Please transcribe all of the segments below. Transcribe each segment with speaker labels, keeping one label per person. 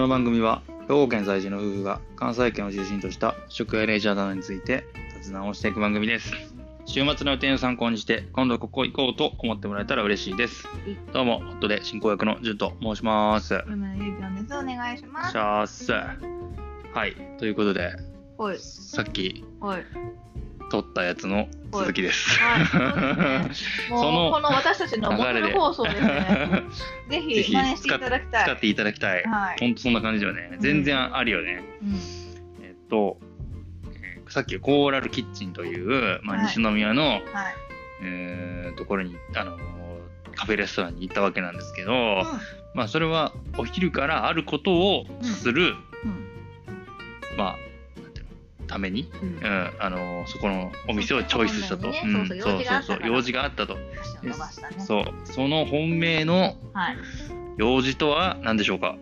Speaker 1: の番組は兵庫県在住の夫婦が関西圏を中心とした食やレジャーなどについて雑談をしていく番組です週末の予定の参考にして今度ここ行こうと思ってもらえたら嬉しいです
Speaker 2: い
Speaker 1: どうも夫で進行役のじゅんと申します
Speaker 2: 山田ゆうきょんです。お願いします
Speaker 1: シ。ャースはいということで
Speaker 2: はい、
Speaker 1: さっき
Speaker 2: はい。
Speaker 1: 撮ったやつの続きです
Speaker 2: はいそう でもう
Speaker 1: その
Speaker 2: この私たちのモデル放送ですね。ぜ
Speaker 1: ぜ
Speaker 2: ひ
Speaker 1: ひ
Speaker 2: 真似していただきた
Speaker 1: 使っ
Speaker 2: い。
Speaker 1: ていただきたい
Speaker 2: はい。
Speaker 1: ほんとそんな感じだよね全然あるよね、
Speaker 2: うん
Speaker 1: えっと、えーさっきコーラルキッチンという、まあ、
Speaker 2: はい
Speaker 1: 西宮の、
Speaker 2: はい。
Speaker 1: えーところに、あのーカフェレストランに行ったわけなんですけど、
Speaker 2: う
Speaker 1: まあ、それはお昼からあることをする、
Speaker 2: ん
Speaker 1: まあ、なんていうのために、
Speaker 2: うん
Speaker 1: うんあのーそこのお店をチョイスしたと。
Speaker 2: そうそう
Speaker 1: うん
Speaker 2: そう
Speaker 1: そ
Speaker 2: そうう
Speaker 1: そうそう用
Speaker 2: 用
Speaker 1: 事
Speaker 2: 事
Speaker 1: があったと。
Speaker 2: 足を伸ばしたね。
Speaker 1: そう、その本命の
Speaker 2: はい。
Speaker 1: 用事とは何でしょうか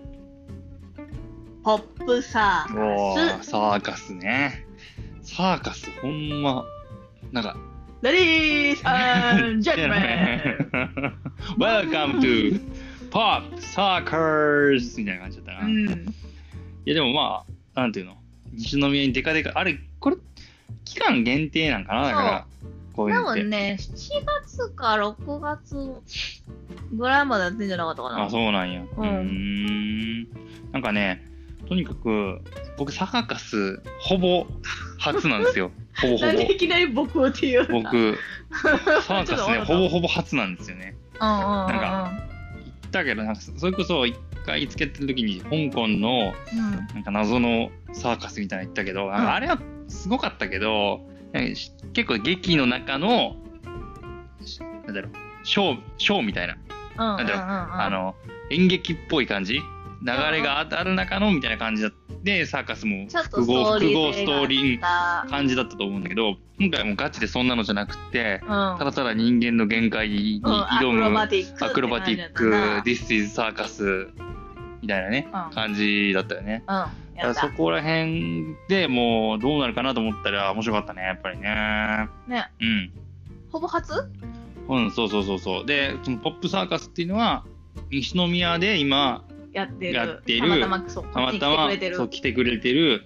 Speaker 2: ポップサ
Speaker 1: お
Speaker 2: ー
Speaker 1: ー
Speaker 2: カス。
Speaker 1: サーカスね。サーカス、ほんま、なんか、
Speaker 2: Ladies and gentlemen。
Speaker 1: Welcome to Pop Suckers! みたいな感じだったな。
Speaker 2: う
Speaker 1: い
Speaker 2: ん。
Speaker 1: やでもまあ、なんていうの、西宮にデカデカ、あれ、これ、期間限定なんかなだから、こういう
Speaker 2: 多
Speaker 1: のって。
Speaker 2: 分ね、7月か6月ぐらいまでやってんじゃなかったかな。
Speaker 1: あ、そうなんや。う
Speaker 2: うん
Speaker 1: ーん。なんかね、とにかく、僕、サーカス、ほぼ初なんです よ。ほぼほ
Speaker 2: なんでい
Speaker 1: ぼ。
Speaker 2: きなり僕っていうの。うんうん
Speaker 1: 僕、サー
Speaker 2: ちょ
Speaker 1: カスね、
Speaker 2: っと笑った
Speaker 1: ほぼほぼ初なんですよね。
Speaker 2: うん
Speaker 1: なん行ったけど、なんかそれこそ一回つけてる時に、香港の、
Speaker 2: うん。うん
Speaker 1: なんか謎のサーカスみたいなの行ったけど、ああれはすごかったけど、なんかし結構劇の中の、しなんだろう、ショー、ショーみたいな、
Speaker 2: うんうん
Speaker 1: んだろう
Speaker 2: あ
Speaker 1: あの、演劇っぽい感じ流れがあある中のみたいな感じだって、サーカスも
Speaker 2: ちょっと
Speaker 1: 複合、
Speaker 2: ストーリ
Speaker 1: 複
Speaker 2: ー
Speaker 1: 合ストーリー
Speaker 2: だ
Speaker 1: 感じだったと思うんだけど、今回はもうガチでそんなのじゃなくて、
Speaker 2: うん
Speaker 1: ただただ人間の限界に
Speaker 2: うんアク
Speaker 1: 挑む、
Speaker 2: ロバティック
Speaker 1: アクロバティック、This is Circus みたいなね、
Speaker 2: うん
Speaker 1: 感じだったよね。
Speaker 2: うん
Speaker 1: だか
Speaker 2: や
Speaker 1: らそ
Speaker 2: った
Speaker 1: こら辺でもうどうなるかなと思ったら面白かったねやっぱりね
Speaker 2: ねほぼ初
Speaker 1: うん、うん、そうそうそうそうでそのポップサーカスっていうのは西宮で今
Speaker 2: やってる
Speaker 1: やってる
Speaker 2: たまたまそう
Speaker 1: たまた
Speaker 2: こっ
Speaker 1: ま
Speaker 2: ちに来てくれてる
Speaker 1: そう来てくれてる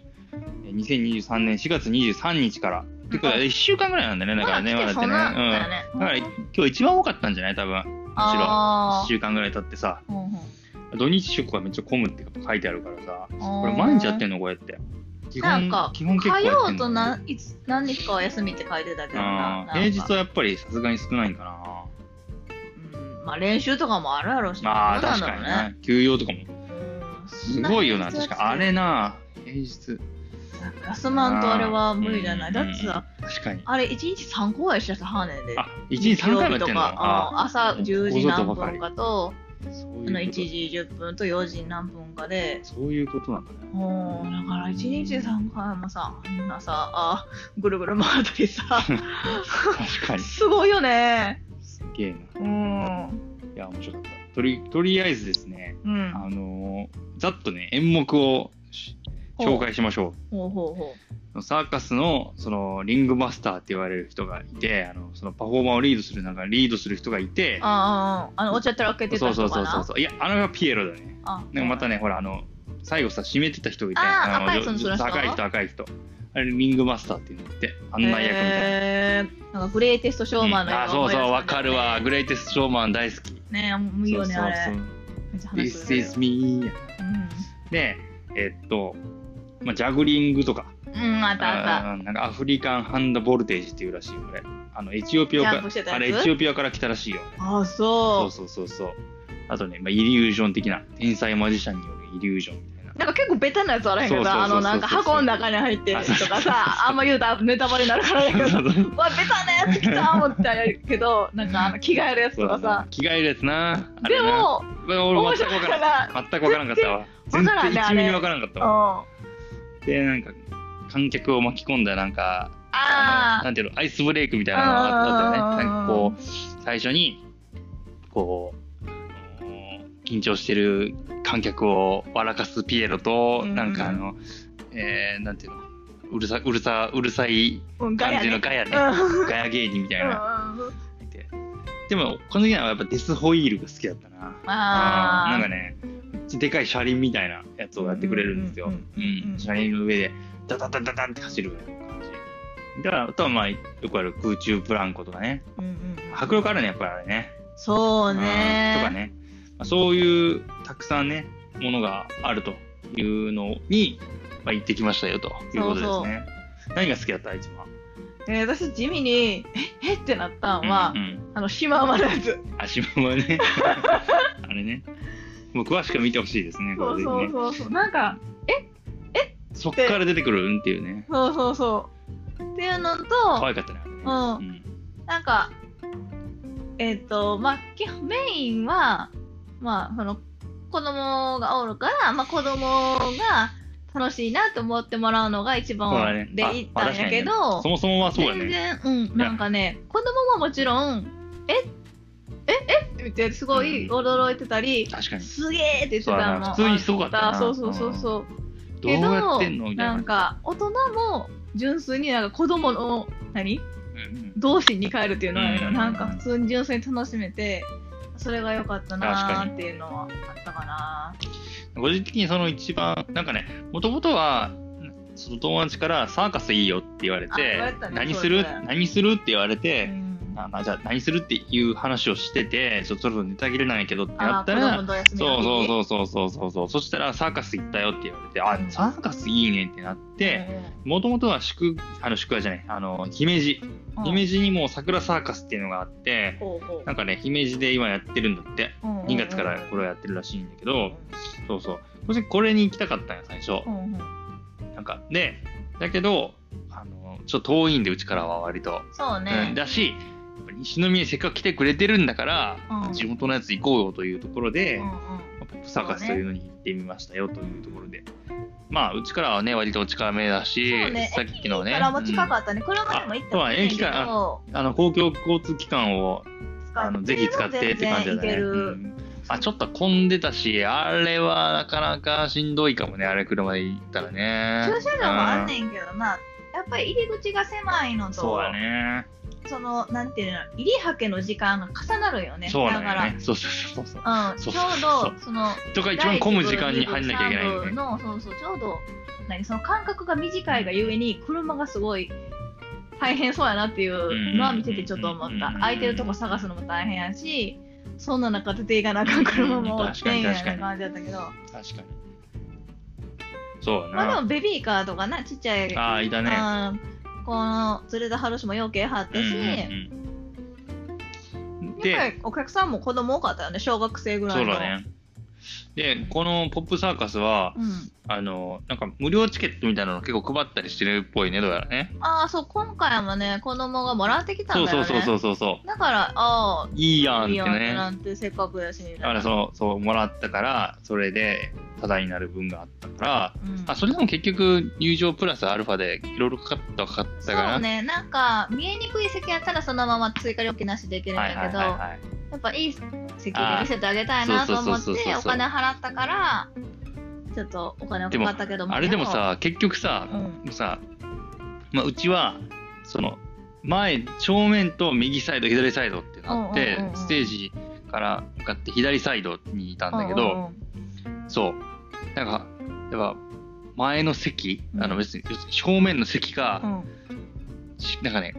Speaker 1: えー2023年4月23日から、ってことは1週間ぐらいなんだよねだからね
Speaker 2: まだ来てそ
Speaker 1: だ
Speaker 2: んな
Speaker 1: っ
Speaker 2: ん
Speaker 1: てね、うん、
Speaker 2: だよ
Speaker 1: だ
Speaker 2: ね
Speaker 1: から今日一番多かったんじゃない多分1
Speaker 2: あ
Speaker 1: 週間ぐらい経ってさ
Speaker 2: ーうんうん
Speaker 1: 土日出荷めっちゃ混むって書いてあるからさこ
Speaker 2: こ
Speaker 1: れ毎日やってんのこうやって基本
Speaker 2: なんか
Speaker 1: 基本結構
Speaker 2: 火
Speaker 1: やって
Speaker 2: 曜
Speaker 1: んの
Speaker 2: とないつ何日かは休みって書いてたけど
Speaker 1: あー
Speaker 2: な
Speaker 1: 平日
Speaker 2: は
Speaker 1: はやっぱりさすがに少ないんかな。
Speaker 2: まあ練習とかもあるやろうし
Speaker 1: まあ
Speaker 2: どうな
Speaker 1: 確か
Speaker 2: んだろう
Speaker 1: にね。休養とかも。
Speaker 2: うん
Speaker 1: すごいよな。
Speaker 2: そん
Speaker 1: 確
Speaker 2: 平日
Speaker 1: かあれな。平日。
Speaker 2: 休まんとあれは無理じゃないだってさ
Speaker 1: うん。確かに。
Speaker 2: あれ、1日3公演してたはねんで。
Speaker 1: あ、1日3回もやってんの
Speaker 2: 日曜日とか
Speaker 1: あ
Speaker 2: うん朝10時何
Speaker 1: ここぞとばかり
Speaker 2: 分かと、
Speaker 1: そう
Speaker 2: あ
Speaker 1: い
Speaker 2: の
Speaker 1: う
Speaker 2: 1
Speaker 1: こと。
Speaker 2: 時10分と4時何分かで、
Speaker 1: そういうこと なんだね。
Speaker 2: もうだから1日3回もさ、あんなさ、あぐるぐる回った りさ、
Speaker 1: 確かに。
Speaker 2: すごいよね。
Speaker 1: すげえな。
Speaker 2: うん。
Speaker 1: いや、面白かった。とりとりあえずですね、
Speaker 2: うん。
Speaker 1: あのー、ざっとね、演目をし
Speaker 2: ほう
Speaker 1: 紹介しましょう。
Speaker 2: ほうほうほ
Speaker 1: サーカスのそのリングマスターって言われる人がいてあのそのパフォーマーをリードするなんかリードする人がいて
Speaker 2: う。ああ、あの、お茶たら開けて
Speaker 1: そ
Speaker 2: た
Speaker 1: う
Speaker 2: 人
Speaker 1: そう
Speaker 2: か
Speaker 1: そう
Speaker 2: な。
Speaker 1: そうそういやあのがピエロだね
Speaker 2: あ
Speaker 1: なんかまたねほらあの最後さ締めてた人がいて
Speaker 2: あー
Speaker 1: の
Speaker 2: 赤いそのその人
Speaker 1: 赤い人赤い人あれリングマスターって言って案内役みたいな、
Speaker 2: えー、なんかグレイテストショーマンの
Speaker 1: うんあ
Speaker 2: やつ
Speaker 1: そうそうわかるわ
Speaker 2: ね
Speaker 1: グレイテストショーマン大好き
Speaker 2: ねもういいよね、
Speaker 1: そう
Speaker 2: あ
Speaker 1: そう
Speaker 2: れ。めっち
Speaker 1: そ
Speaker 2: ゃ
Speaker 1: う
Speaker 2: 話す
Speaker 1: This
Speaker 2: るよ
Speaker 1: is me でえっと、まあ、ジャグリングとか
Speaker 2: うん。うん、あったあった。
Speaker 1: うんなんかアフリカンハンドボルテージっていうらしいよあれあのエチオピア
Speaker 2: ジャンプして
Speaker 1: か
Speaker 2: たやつ
Speaker 1: あれエチオピアから来たらしいよあれ
Speaker 2: ああ、そ
Speaker 1: そううそうそうそうあとね、まあ、イリュージョン的な天才マジシャンによるイリュージョンみたいな
Speaker 2: なんか結構ベタなやつあらへんけ
Speaker 1: そう
Speaker 2: ど
Speaker 1: そうそう
Speaker 2: あ
Speaker 1: そう
Speaker 2: のなんか箱の中に入ってるとかさあんま言うとネタバレになるからやけど
Speaker 1: そうそう
Speaker 2: うわベタなやつ来た思ってあれけどなんかあの着替えるやつ
Speaker 1: そう
Speaker 2: と
Speaker 1: だ
Speaker 2: か
Speaker 1: な
Speaker 2: さ
Speaker 1: 着替えるやつなあれ
Speaker 2: で
Speaker 1: な
Speaker 2: も
Speaker 1: 俺
Speaker 2: 面
Speaker 1: 全
Speaker 2: 白
Speaker 1: く分
Speaker 2: いか
Speaker 1: から
Speaker 2: ら
Speaker 1: ん全く分からんかったわ全
Speaker 2: 全然
Speaker 1: 然
Speaker 2: わから
Speaker 1: 1
Speaker 2: んね
Speaker 1: ミリ分からんかった
Speaker 2: うん
Speaker 1: わ
Speaker 2: あ
Speaker 1: でなんか観客を巻き込んだなんかあの
Speaker 2: あ
Speaker 1: なんていうのアイスブレイクみたいなのがあったよね
Speaker 2: うん
Speaker 1: なんかこう最初にこうあの緊張してる観客を笑かすピエロと、
Speaker 2: うん
Speaker 1: なんかあの、えー、なんていうのうるさうるさうるさい
Speaker 2: うんガ
Speaker 1: 感
Speaker 2: ヤ
Speaker 1: じの
Speaker 2: ね
Speaker 1: ガヤね、
Speaker 2: うん
Speaker 1: ガヤ芸人みたいな、
Speaker 2: うん
Speaker 1: いてでもこの時はやっぱデスホイールが好きだったな
Speaker 2: あ
Speaker 1: なん
Speaker 2: ー
Speaker 1: かねめっちちでかい車輪みたいなやつをやってくれるんですよ。
Speaker 2: うんうんうんうん
Speaker 1: うん車輪の上で、ダダダダダンって走るような感じ。だから、あとはまあ、よくある空中ブランコとかね。
Speaker 2: うんうん、
Speaker 1: 迫力あるね、やっぱりあれね。
Speaker 2: そう
Speaker 1: うんとか
Speaker 2: ね
Speaker 1: ね。まあそういう、たくさんね、ものがあるというのに、まあ、行ってきましたよということですね。
Speaker 2: そうそ
Speaker 1: 何が好きだった一番。
Speaker 2: ね私地味にええってなったんは、
Speaker 1: うんうん、
Speaker 2: あのシマウマのやつ
Speaker 1: 足場は ね。あれね。もう詳しく見てほしいですね、こ
Speaker 2: そう
Speaker 1: れぜひ
Speaker 2: そう
Speaker 1: ね。
Speaker 2: そうそうなんか
Speaker 1: そっから出てくるうんっていうね。
Speaker 2: そうそうそうっていうのと、
Speaker 1: 可愛かったね。
Speaker 2: うんなんか、えっ、と、まあ、基本メインは、まあ、その、子供がおるから、まあ、子供が楽しいなと思ってもらうのが一
Speaker 1: そうだね
Speaker 2: 番でいったんやけ
Speaker 1: あまあ確かにね
Speaker 2: ど、
Speaker 1: そもそもはそうや
Speaker 2: 全
Speaker 1: ね。
Speaker 2: 然、うん、なんかね、子供ももちろん、えええってすごい驚いてたり、
Speaker 1: 確かに。
Speaker 2: すげえって言って
Speaker 1: そう
Speaker 2: た
Speaker 1: だ
Speaker 2: の。
Speaker 1: な普通にすごかったな
Speaker 2: そうそうそうそう。
Speaker 1: どう
Speaker 2: けど
Speaker 1: やってんのみたいな。
Speaker 2: なんか、大人も純粋になんか子供の、何
Speaker 1: うん
Speaker 2: 同心に帰るっていうのはね、
Speaker 1: うん
Speaker 2: なんか普通に純粋に楽しめてそれが良かったなーっていうのはあったかな
Speaker 1: うん個人的にその一番、なんかね、もともとは、その友達からサーカスいいよって言われ
Speaker 2: あ言われ
Speaker 1: て
Speaker 2: てた、ね
Speaker 1: 何
Speaker 2: そう
Speaker 1: する
Speaker 2: そうだよ
Speaker 1: 何するって言われて、
Speaker 2: うん
Speaker 1: あまあじゃあ何するっていう話をしてて、ちょっとそろそろネタ切れなんやけどってな
Speaker 2: あ
Speaker 1: った
Speaker 2: 子
Speaker 1: ら
Speaker 2: 供、のお休み
Speaker 1: そう
Speaker 2: の日
Speaker 1: そううそうそうそうそう。そしたらサーカス行ったよって言われて、あ
Speaker 2: う、ん
Speaker 1: サーカスいいねってなって、もともとは宿、あの宿屋じゃない、あの、姫路。
Speaker 2: ん
Speaker 1: 姫路にも桜サーカスっていうのがあって、
Speaker 2: ほうほう
Speaker 1: なんかね、姫路で今やってるんだって。
Speaker 2: うんうん
Speaker 1: 2月からこれをやってるらしいんだけ
Speaker 2: う
Speaker 1: ど
Speaker 2: ん、
Speaker 1: そうそう。そしてこれに行きたかったんよ、最初。
Speaker 2: うんうん
Speaker 1: なんか、で、だけど、あの、ちょっと遠いんで、うちからは割と。
Speaker 2: そう
Speaker 1: う
Speaker 2: ね
Speaker 1: んだし、やっぱり西宮にせっかく来てくれてるんだから、
Speaker 2: うん
Speaker 1: 地元のやつ行こうよというところで、
Speaker 2: うんうん
Speaker 1: まあポップサーカスというのに行ってみましたよというところで、まあうちからはね割と近めだし、
Speaker 2: そうね
Speaker 1: さっきのね
Speaker 2: からも近かったね、車でも行ったもんね
Speaker 1: あそうだね駅から
Speaker 2: ど
Speaker 1: うんあの公共交通機関をあのぜひ使ってって感じだ
Speaker 2: 全然行
Speaker 1: ね、
Speaker 2: ける
Speaker 1: うんあちょっと混んでたしあれはなかなかしんどいかもねあれ車で行ったらね
Speaker 2: 駐車場もあんね
Speaker 1: うん
Speaker 2: けどなやっぱり入り口が狭いのと
Speaker 1: そうだね
Speaker 2: そのなんていうの入りはけの時間が重なるよね
Speaker 1: そうな
Speaker 2: だ
Speaker 1: ん
Speaker 2: か
Speaker 1: だ
Speaker 2: ら
Speaker 1: よねそうそうそうそう
Speaker 2: うん、
Speaker 1: そう
Speaker 2: ちょ
Speaker 1: そう
Speaker 2: う
Speaker 1: そう
Speaker 2: どその
Speaker 1: とか一番混む時間に入んなきゃいけないんだよね
Speaker 2: のそうそうちょうど何その間隔が短いがゆえに車がすごい大変そうやなっていうのは見ててちょっと思っ
Speaker 1: うんうんうんう
Speaker 2: た
Speaker 1: ん
Speaker 2: 空いてるとこ探すのも大変やしそんな中出ていかなあかん車も
Speaker 1: うん確かに
Speaker 2: 便利
Speaker 1: 確かに
Speaker 2: な感じだったけど
Speaker 1: 確かにそうだな、
Speaker 2: まあでもベビーカーとかなちっちゃい
Speaker 1: ああいたね
Speaker 2: うんこの連れたハルシもようけはってし、
Speaker 1: うんうんうん
Speaker 2: やっぱ
Speaker 1: で
Speaker 2: りお客さんも子供多かったよね小学生ぐら
Speaker 1: そ
Speaker 2: いうの
Speaker 1: だねでこのポップサーカスは、
Speaker 2: うん
Speaker 1: あのなんか無料チケットみたいなの結構配ったりしてるっぽいねどうやらね
Speaker 2: ああそう今回もね子供がもらってきた
Speaker 1: そ
Speaker 2: ん
Speaker 1: う
Speaker 2: だよ
Speaker 1: そう
Speaker 2: ね
Speaker 1: そうそうそうそ
Speaker 2: だから、ああ、
Speaker 1: ういいやんっ
Speaker 2: いい
Speaker 1: て
Speaker 2: よ
Speaker 1: ね
Speaker 2: なんてせっかくやし、み
Speaker 1: だか
Speaker 2: たい
Speaker 1: ら
Speaker 2: な。
Speaker 1: そうそうもらったからそれでタダになる分があったから
Speaker 2: うん
Speaker 1: あそれでも結局入場プラスアルファでいろいろかかったかかったか
Speaker 2: そ
Speaker 1: ら
Speaker 2: うね、なんか、見えにくい席やったらそのまま追加料金なしでいけるん
Speaker 1: はいはい
Speaker 2: だけど、
Speaker 1: はいはい
Speaker 2: やっぱいい席で見せてあげたい
Speaker 1: あー
Speaker 2: なと思っ
Speaker 1: そうそうそうそう
Speaker 2: て、
Speaker 1: そう
Speaker 2: お金払ったから、ちょっとお金はかかったけども。
Speaker 1: あれでも、さ結局さ、
Speaker 2: う
Speaker 1: さ、まあ、うちはその前正面と右サイド左サイドってなって、
Speaker 2: うんうんうんうん
Speaker 1: ステージから向かって左サイドにいたんだけど、
Speaker 2: うんうんうん
Speaker 1: そうなんかやっぱ前の席、
Speaker 2: うん
Speaker 1: あの別に要するに正面の席
Speaker 2: う
Speaker 1: が、
Speaker 2: ん
Speaker 1: しなんかね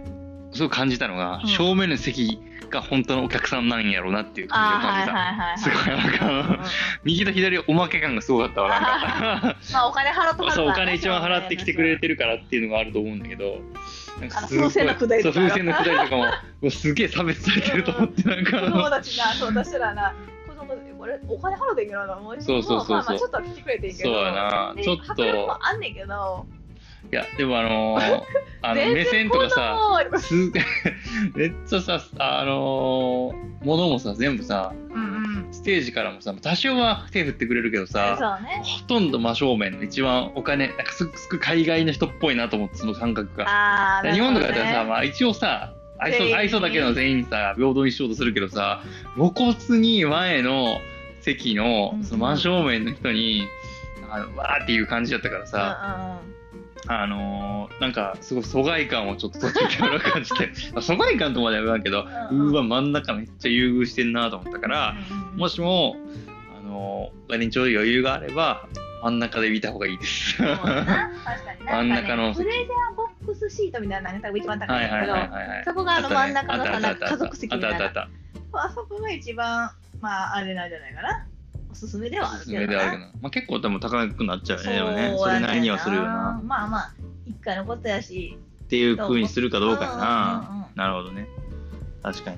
Speaker 1: すごい感じたのが、
Speaker 2: うん
Speaker 1: 正面の席が本当のお客さんなんやろうなっていう感
Speaker 2: あ
Speaker 1: じ
Speaker 2: ー
Speaker 1: を
Speaker 2: は
Speaker 1: 感
Speaker 2: い
Speaker 1: じた、
Speaker 2: はいはい
Speaker 1: す
Speaker 2: はい。
Speaker 1: ごいなんか
Speaker 2: うんうんうん
Speaker 1: 右と左おまけ感がすごかったわなんか。
Speaker 2: まあ、お金払っとか
Speaker 1: そうお金一番払ってきてくれてるからっていうのがあると思うんだけどなんかすごい
Speaker 2: あの風船のくだり
Speaker 1: そう
Speaker 2: とか
Speaker 1: 風船のくだりとかももうすげえ差別されてると思ってなんか
Speaker 2: 子
Speaker 1: あの
Speaker 2: 供たちな、そう、私らな、子供たち、これ、お金払うていいんけどな、もう、
Speaker 1: そうそうそうそう
Speaker 2: まあまあ、ちょっとは来てくれていいけど。
Speaker 1: そうやな
Speaker 2: で
Speaker 1: ちょっと
Speaker 2: 迫力もあんねんけど、
Speaker 1: いやでもあのーあの
Speaker 2: 全然
Speaker 1: 目線とかさ
Speaker 2: 子供
Speaker 1: す めっちゃさあのー、ものもさ全部さ
Speaker 2: うんうん。
Speaker 1: ステージからもさ多少は手振ってくれるけどさ
Speaker 2: そうね。
Speaker 1: ほとんど真正面の一番お金なんかすくすく海外の人っぽいなと思ってその感覚が
Speaker 2: ああ、
Speaker 1: 日本とかだったらさ、
Speaker 2: ま
Speaker 1: まあ、一応さ愛
Speaker 2: 全
Speaker 1: 想
Speaker 2: 員
Speaker 1: 愛想だけの全員さ平等にしようとするけどさ露骨に前の席の
Speaker 2: うん
Speaker 1: その真正面の人に、あのわーっていう感じだったからさ、
Speaker 2: あ、
Speaker 1: あのーなんかすごい疎外感をちょっと途中から感じ てまあ疎外感とまでは言わんけど、
Speaker 2: う
Speaker 1: うん
Speaker 2: うん
Speaker 1: わ真ん中めっちゃ優遇してんなと思ったから、
Speaker 2: うんうんうん
Speaker 1: もしもあのの、お金にちょうど余裕があれば、真ん中で見た方がいいです。
Speaker 2: そう
Speaker 1: は
Speaker 2: だな確かに
Speaker 1: 真ん
Speaker 2: なん
Speaker 1: 中
Speaker 2: か
Speaker 1: の
Speaker 2: ねプレジャーボックスシートみたいなのが多分一番
Speaker 1: い
Speaker 2: 高
Speaker 1: はいい
Speaker 2: んだ
Speaker 1: は
Speaker 2: け
Speaker 1: い
Speaker 2: ど、
Speaker 1: はいはい。
Speaker 2: そこがあの真ん中のさ、
Speaker 1: あ
Speaker 2: な
Speaker 1: っ
Speaker 2: ん
Speaker 1: た
Speaker 2: か
Speaker 1: ね
Speaker 2: 家族席
Speaker 1: あっ
Speaker 2: みた
Speaker 1: たあ
Speaker 2: い
Speaker 1: ったあ
Speaker 2: な
Speaker 1: っ。た。
Speaker 2: あそこが一番、まあ、あれなんじゃないかな。おすすめではあ
Speaker 1: お
Speaker 2: る
Speaker 1: すす
Speaker 2: けど
Speaker 1: め
Speaker 2: な。
Speaker 1: ではあるけどな。まあ結構でも高くなっちゃうよね。でも
Speaker 2: そう
Speaker 1: ねそれ
Speaker 2: やね。
Speaker 1: なりにはするよな。。
Speaker 2: まあまあ、一回のことやし。
Speaker 1: っていう風にするかどうかやな。
Speaker 2: うんうんうん
Speaker 1: なるほどね。確かに。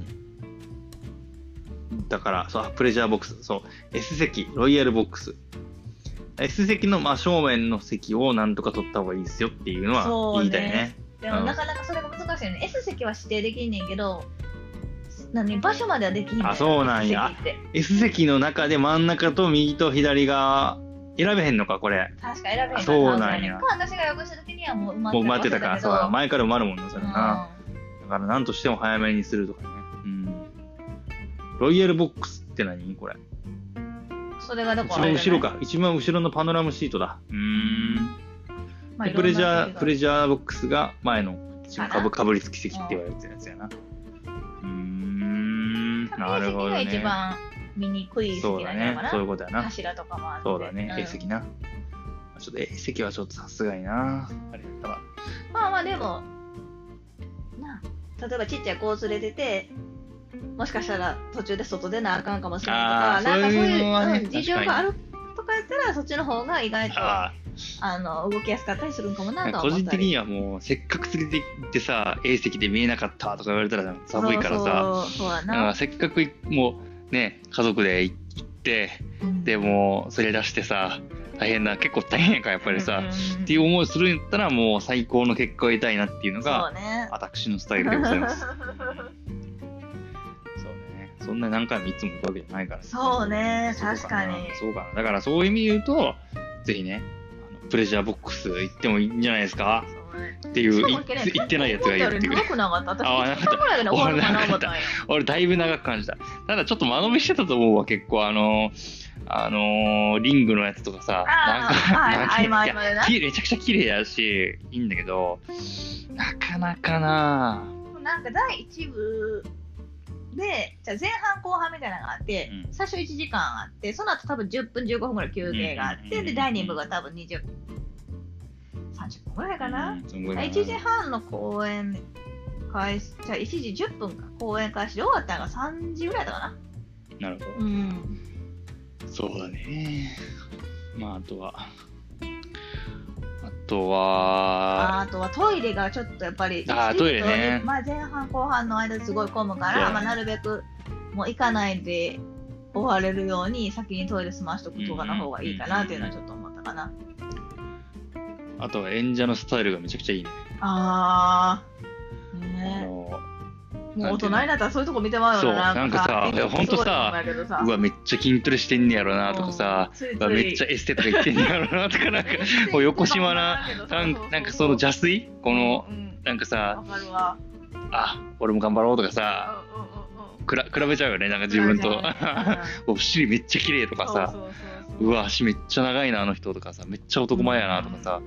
Speaker 1: だから、そう、プレジャーボックス、そう、S 席、ロイヤルボックス。S 席の真正面の席をなんとか取った方がいいですよっていうのは
Speaker 2: そう
Speaker 1: 言い
Speaker 2: ね
Speaker 1: たいね。
Speaker 2: でも、なかなかそれが難しいよね。S 席は指定できんねんけど、何場所まではできんねん。
Speaker 1: あそうなんや
Speaker 2: S 席って
Speaker 1: S 席の中で真ん中と右と左が選べへんのか、これ。
Speaker 2: 確か選べへんから
Speaker 1: そうなんや
Speaker 2: か私が予約した時にはもう埋まって
Speaker 1: もう埋まってたから、そうだ、
Speaker 2: っ
Speaker 1: 前から埋まるもんな、そ
Speaker 2: て
Speaker 1: れな。だから、なんとしても早めにするとかね。うん。ロイヤルボックスって何これ。
Speaker 2: それがだ
Speaker 1: 一
Speaker 2: からあ
Speaker 1: 番
Speaker 2: れじ
Speaker 1: 後
Speaker 2: ゃな
Speaker 1: ろか。
Speaker 2: い。
Speaker 1: 一番後ろのパノラムシートだ。うーん。
Speaker 2: まあ
Speaker 1: でプレジ
Speaker 2: いろんな
Speaker 1: ャ
Speaker 2: 席
Speaker 1: ー、
Speaker 2: が
Speaker 1: プレジャーボックスが前の
Speaker 2: かな
Speaker 1: かぶかぶりつき席って言われてるやつやな。うーん、なるほど
Speaker 2: 確定席
Speaker 1: ね。
Speaker 2: が一番見にくい席
Speaker 1: そう
Speaker 2: な
Speaker 1: だ
Speaker 2: んや
Speaker 1: ね
Speaker 2: か。な。
Speaker 1: そういうことやな。
Speaker 2: 柱とかもあって。
Speaker 1: そうだね。
Speaker 2: ん
Speaker 1: A 席な。ちょっと A 席はちょっとさすがにな。あれやったわ。
Speaker 2: まあまあでも、なあ例えばちっちゃい子を連れてて、もしかしたら途中で外出なあかんかもしれないとか、
Speaker 1: あー
Speaker 2: なんかそう
Speaker 1: そういう
Speaker 2: いう
Speaker 1: のはね
Speaker 2: うん事情があるとかやったら、そっちの方が意外とあ
Speaker 1: あ
Speaker 2: の動きやすかったりするんかも
Speaker 1: あ
Speaker 2: なと
Speaker 1: ー、
Speaker 2: は
Speaker 1: 個
Speaker 2: 思っ
Speaker 1: 人
Speaker 2: た
Speaker 1: 的
Speaker 2: り。
Speaker 1: にはもう、せっかく連れて行ってさ、A 席で見えなかったとか言われたら寒いからさ、
Speaker 2: そうそうそうや
Speaker 1: だから
Speaker 2: な。
Speaker 1: せっかくいもうね、家族で行って、でもそれ出してさ大変な結構大変やからやっぱりさ、っていう
Speaker 2: う
Speaker 1: 思いするんやったらもう最高の結果を得たいなっていうの
Speaker 2: のが、そ
Speaker 1: が
Speaker 2: うね。。
Speaker 1: 私のスタイルでございます そうねそんな何回もいつも行くわけじゃないから
Speaker 2: そうね確かに
Speaker 1: そうかなだからそういう意味で言うとぜひねあのプレジャーボックス行ってもいいんじゃないですか
Speaker 2: そうね
Speaker 1: っていう
Speaker 2: し
Speaker 1: い
Speaker 2: かもけどね
Speaker 1: 行ってないやつがいる っていう
Speaker 2: 思ったより長くなかった。
Speaker 1: あー
Speaker 2: 私、1時間ぐらいで終わるかな思ったんよ。
Speaker 1: 俺だいぶ長く感じたただちょっと間延びしてたと思うわ結構あのあのリングのやつとかさ
Speaker 2: あー
Speaker 1: なんか
Speaker 2: はい、合間合
Speaker 1: いや
Speaker 2: 間でな。
Speaker 1: きれいめちゃくちゃ綺麗やしいいんだけどなかなかな
Speaker 2: なんか第1部でじゃあ前半後半みたいなのがあって、
Speaker 1: うん
Speaker 2: 最初1時間あってその後多分10分15分ぐらい休憩があって、
Speaker 1: うんうんうんうん
Speaker 2: で第2部が多分2030分ぐらいかな、
Speaker 1: うんそんぐらい
Speaker 2: 1
Speaker 1: かな
Speaker 2: 時半の公演開始じゃあ1時10分か公演開始で終わったのが3時ぐらいだったかな
Speaker 1: なるほ
Speaker 2: うん
Speaker 1: どそうだねまああとはあとは
Speaker 2: あとはトイレがちょっとやっぱり
Speaker 1: あートイレね
Speaker 2: まあ、前半後半の間すごい混むか
Speaker 1: そうだね
Speaker 2: ら、まあ、なるべくもう行かないで終われるように先にトイレ済ましとくとかの方がいいかなっていうのはちょっと思ったかな、
Speaker 1: あとは演者のスタイルがめちゃくちゃいいね
Speaker 2: あー
Speaker 1: あ
Speaker 2: ね
Speaker 1: の
Speaker 2: もう大人になったらそういうとこ見てまうよ
Speaker 1: そ
Speaker 2: な
Speaker 1: うなんかさいやほんとさうわめっちゃ筋トレしてんねやろなとかさ、うわめっちゃエステとか行ってんねやろなとかなん かこう横島ななんなんかその
Speaker 2: ャ
Speaker 1: 邪推この
Speaker 2: うん
Speaker 1: なんか
Speaker 2: わ
Speaker 1: さ
Speaker 2: かるわ
Speaker 1: あ俺も頑張ろうとかさ
Speaker 2: うんうんうんうん
Speaker 1: くら比べちゃうよねなんか自分
Speaker 2: う
Speaker 1: と
Speaker 2: んうん
Speaker 1: お尻めっちゃ綺麗とかさ
Speaker 2: そうそうそうそう
Speaker 1: うわ足めっちゃ長いなあの人とかさめっちゃ男前やなとかさ、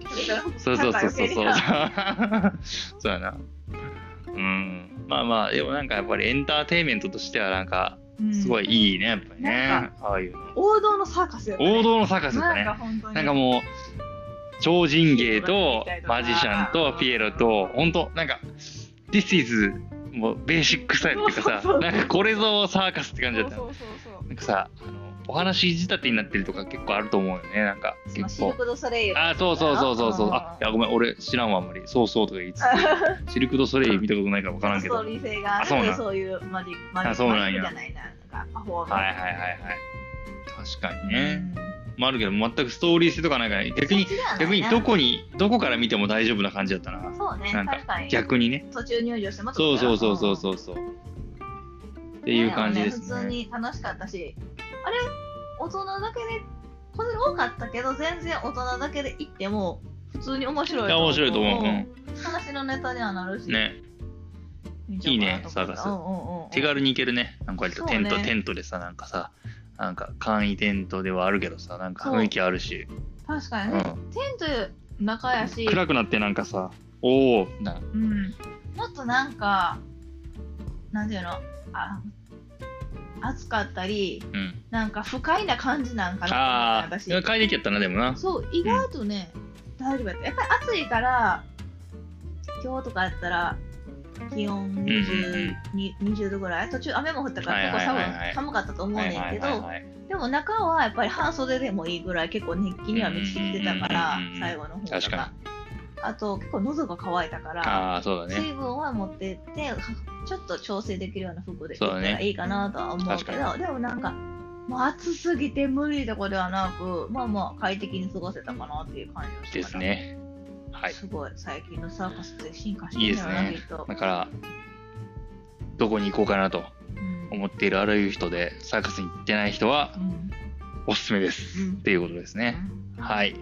Speaker 1: そうそうそうそうそう そうやなうんまあまあでもなんかやっぱりエンターテインメントとしてはなんか
Speaker 2: うん
Speaker 1: すごいいいねやっぱり
Speaker 2: な
Speaker 1: ね
Speaker 2: ん、
Speaker 1: ああいうの
Speaker 2: 王道のサーカスやったね
Speaker 1: 王道のサーカスだね
Speaker 2: なんか本当に
Speaker 1: なんかもう超人芸とマジシャンとピエロと本当なんか This is もうベーシックスタイルっていうか
Speaker 2: そうそ
Speaker 1: さ
Speaker 2: うそう
Speaker 1: なんかこれぞサーカスって感じだった
Speaker 2: そうそうそうそう
Speaker 1: なんかさあのお話仕立てになってるとか結構あると思うよねなんか
Speaker 2: まあ
Speaker 1: 結
Speaker 2: シル
Speaker 1: 構
Speaker 2: ク・ドゥ・ソレイユ
Speaker 1: あそうそうそうそうそう
Speaker 2: うん
Speaker 1: あいやごめん俺知らんわあんまりそうそうとか言いつ つシルク・ドゥ・ソレイユ見たことないから分からん
Speaker 2: ス
Speaker 1: け
Speaker 2: ト
Speaker 1: どは
Speaker 2: ー
Speaker 1: い
Speaker 2: リー性があ
Speaker 1: あそう
Speaker 2: っ
Speaker 1: なん
Speaker 2: てそういうマジックマジ
Speaker 1: あ
Speaker 2: ッ
Speaker 1: そう
Speaker 2: ク
Speaker 1: な
Speaker 2: マ
Speaker 1: ん
Speaker 2: ジ
Speaker 1: や
Speaker 2: ックじゃないななんかパフォーマ
Speaker 1: はい
Speaker 2: ン
Speaker 1: はいはい確か
Speaker 2: ス
Speaker 1: にね、まああるけど全くストーリー性とかないから逆に逆にど
Speaker 2: どこ
Speaker 1: こにどこから見ても大丈夫な感じだったな
Speaker 2: そうね
Speaker 1: なんか
Speaker 2: 確かに
Speaker 1: 逆にね
Speaker 2: 途中入場しても
Speaker 1: そうそうそうそう
Speaker 2: う
Speaker 1: そうそうっ
Speaker 2: って
Speaker 1: いう感じです
Speaker 2: 普通
Speaker 1: ね
Speaker 2: に楽しかったしあれ大人だけでこれ多かったけど全然大人だけで行っても普通に面白い
Speaker 1: いや面白いと思う、うん
Speaker 2: 話のネタにはなるし
Speaker 1: ねいいねサーカス手軽に行けるねなんか割とテント、
Speaker 2: そうね
Speaker 1: テントでさなんかさなんか簡易テントではあるけどさなんか
Speaker 2: そう
Speaker 1: 雰囲気あるし、
Speaker 2: 確か
Speaker 1: う
Speaker 2: にね、
Speaker 1: ん、
Speaker 2: テント中やし、
Speaker 1: 暗くなってなんかさおおな
Speaker 2: うん、もっとなんかなんていうのあ熱かったり
Speaker 1: うん。
Speaker 2: なんか不快な感じなんかな
Speaker 1: ああ
Speaker 2: と思った
Speaker 1: ー、
Speaker 2: 私
Speaker 1: 快適やったな、でもな。
Speaker 2: そう意外とね、大丈夫やったやっぱり暑いから今日とかやったら気温
Speaker 1: うんうん
Speaker 2: 20,、20度ぐらい途中雨も降ったから結構
Speaker 1: はいはいはいは
Speaker 2: 寒
Speaker 1: い
Speaker 2: 寒かったと思う
Speaker 1: は
Speaker 2: ねん
Speaker 1: いは
Speaker 2: け
Speaker 1: いはい
Speaker 2: ど
Speaker 1: はい。
Speaker 2: でも中はやっぱり半袖でもいいぐらい結構熱気には満ちてたから
Speaker 1: うんうんうんうん
Speaker 2: 最後の方と
Speaker 1: 確か
Speaker 2: かあと結構喉が渇いたから
Speaker 1: ああ、そうだね。
Speaker 2: 水分は持ってってちょっと調整できるような服でいったらいいかなとは思う
Speaker 1: そ
Speaker 2: け
Speaker 1: う
Speaker 2: どでもなんかもう暑すぎて無理とかではなくまあまあ快適に過ごせたかなっていう感じ
Speaker 1: で
Speaker 2: が
Speaker 1: す
Speaker 2: したから
Speaker 1: ね。はい。
Speaker 2: すごい最近のサーカスって進化して
Speaker 1: いい
Speaker 2: る
Speaker 1: で
Speaker 2: んだ
Speaker 1: す
Speaker 2: ろうな
Speaker 1: ね
Speaker 2: きっと。
Speaker 1: だから、どこに行こうかなと
Speaker 2: うん
Speaker 1: 思っているあらゆる人で、サーカスに行ってない人は
Speaker 2: うん
Speaker 1: おすすめです。
Speaker 2: うん。
Speaker 1: っていうことですね。はい。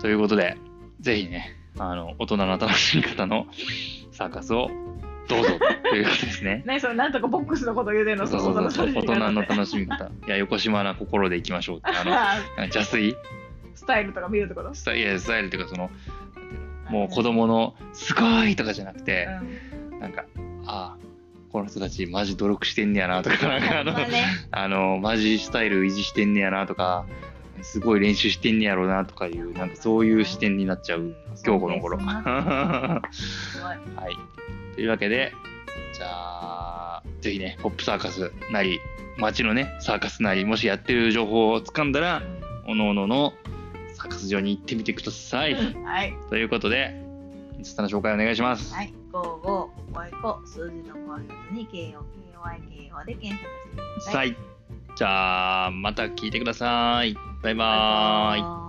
Speaker 1: ということで、ぜひね、あの、大人の楽しみ方のサーカスをどうぞということですね
Speaker 2: 何それなんとかボックスのこと言うてん
Speaker 1: そ
Speaker 2: の
Speaker 1: うそうそうそう、大人の
Speaker 2: し
Speaker 1: 楽しみ方。いや、横島な心で行きましょうって、あ
Speaker 2: み
Speaker 1: の、
Speaker 2: 方
Speaker 1: 邪水
Speaker 2: スタイルとか見るってこと
Speaker 1: スタイル、スタイルっていうか、その、なんていうのもう子供の、すごいとかじゃなくて、なんか、ああ、この人たちマジ努力してんねやなとか、なんかあ
Speaker 2: うん
Speaker 1: の
Speaker 2: まあ、ね
Speaker 1: あの、マジスタイル維持してんねやなとか、すごい練習してんねやろうなとかいう、なんかそういう視点になっちゃう、今日この頃。
Speaker 2: そうですね
Speaker 1: は
Speaker 2: すごい
Speaker 1: い。というわけで、じゃあ、ぜひね、ポップサーカスなり、街のね、サーカスなり、もしやってる情報をつかんだら、おのおののサーカス場に行ってみてください。
Speaker 2: はい
Speaker 1: ということで、インスタの紹介お願いします。
Speaker 2: はい、55、ここいこ、数字の後月に KOKYKO で検索してください。
Speaker 1: はい。じゃあ、また聞いてください。バイバーイ。
Speaker 2: バイバーイ